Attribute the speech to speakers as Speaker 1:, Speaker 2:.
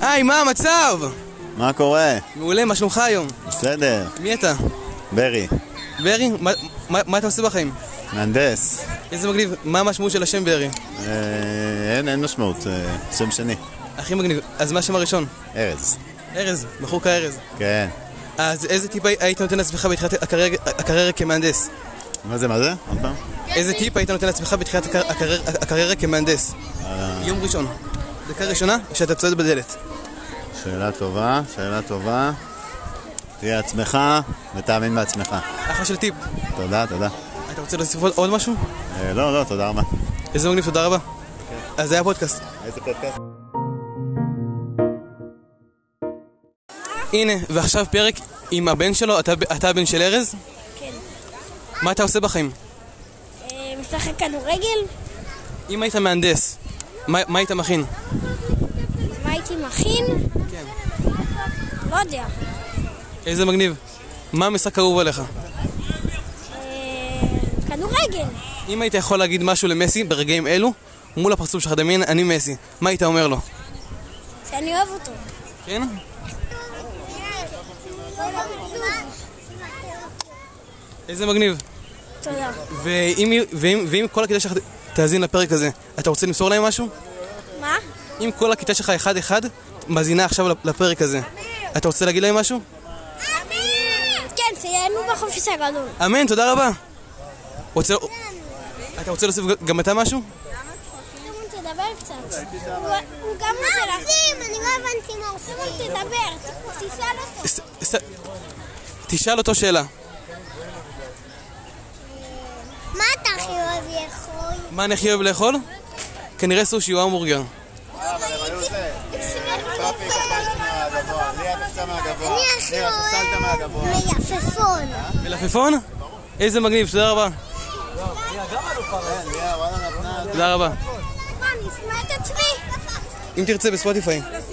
Speaker 1: היי, מה המצב?
Speaker 2: מה קורה?
Speaker 1: מעולה, מה שלומך היום?
Speaker 2: בסדר.
Speaker 1: מי אתה?
Speaker 2: ברי,
Speaker 1: ברי? מה- מה מה אתה עושה בחיים?
Speaker 2: מהנדס.
Speaker 1: איזה מגניב, מה המשמעות של השם ברי?
Speaker 2: אה, אין, אין משמעות. אה, שם שני.
Speaker 1: הכי מגניב, אז מה השם הראשון?
Speaker 2: ארז.
Speaker 1: ארז, בחור כארז.
Speaker 2: כן.
Speaker 1: אז איזה טיפ הי- היית נותן לעצמך בתחילת הקריירה- הקריירה כמהנדס?
Speaker 2: מה זה, מה זה? עוד פעם?
Speaker 1: איזה טיפ היית נותן לעצמך בתחילת הקר- הקריירה- הקריירה כמהנדס? יום ראשון. דקה ראשונה, כשאתה צועד בדלת.
Speaker 2: שאלה טובה, שאלה טובה. תהיה עצמך ותאמין בעצמך.
Speaker 1: אחלה של טיפ.
Speaker 2: תודה, תודה.
Speaker 1: אתה רוצה להוסיף עוד- עוד משהו?
Speaker 2: אה, לא, לא, תודה רבה.
Speaker 1: איזה מגניב, תודה רבה. אז זה היה פודקאסט.
Speaker 2: איזה פודקאסט?
Speaker 1: הנה, ועכשיו פרק עם הבן שלו, אתה, אתה הבן של ארז?
Speaker 3: כן.
Speaker 1: מה אתה עושה בחיים?
Speaker 3: אה, משחק כדורגל?
Speaker 1: אם היית מהנדס, מה, מה היית מכין?
Speaker 3: מה הייתי מכין?
Speaker 1: כן.
Speaker 3: לא יודע.
Speaker 1: איזה מגניב. מה המשחק האהוב עליך?
Speaker 3: אה, כדורגל.
Speaker 1: אם היית יכול להגיד משהו למסי ברגעים אלו, מול הפרצוף שלך, דמיין, אני מסי, מה היית אומר לו?
Speaker 3: שאני אוהב אותו.
Speaker 1: כן? איזה מגניב.
Speaker 3: תודה.
Speaker 1: ואם, ואם, ואם כל הכיתה שלך תאזין לפרק הזה, אתה רוצה למסור להם משהו?
Speaker 3: מה?
Speaker 1: אם כל הכיתה שלך אחד-אחד מאזינה עכשיו לפרק הזה, אתה רוצה להגיד להם משהו?
Speaker 3: כן, תהיינו בחופש הגדול.
Speaker 1: אמן, תודה רבה. רוצה... אתה רוצה להוסיף גם אתה משהו?
Speaker 3: תדבר קצת. הוא גם רוצה להחזים, אני לא הבנתי מה הוא תדבר, תשאל אותו.
Speaker 1: ס- ס- תשאל אותו שאלה.
Speaker 3: מה אתה הכי אוהב לאכול?
Speaker 1: מה אני הכי אוהב לאכול? כנראה סושי או המבורגר.
Speaker 3: אני הכי אוהב מלפפון.
Speaker 1: מלפפון? איזה מגניב, תודה רבה. תודה רבה.
Speaker 3: מה, אני אשמע את עצמי?
Speaker 1: אם תרצה בספוטיפיי.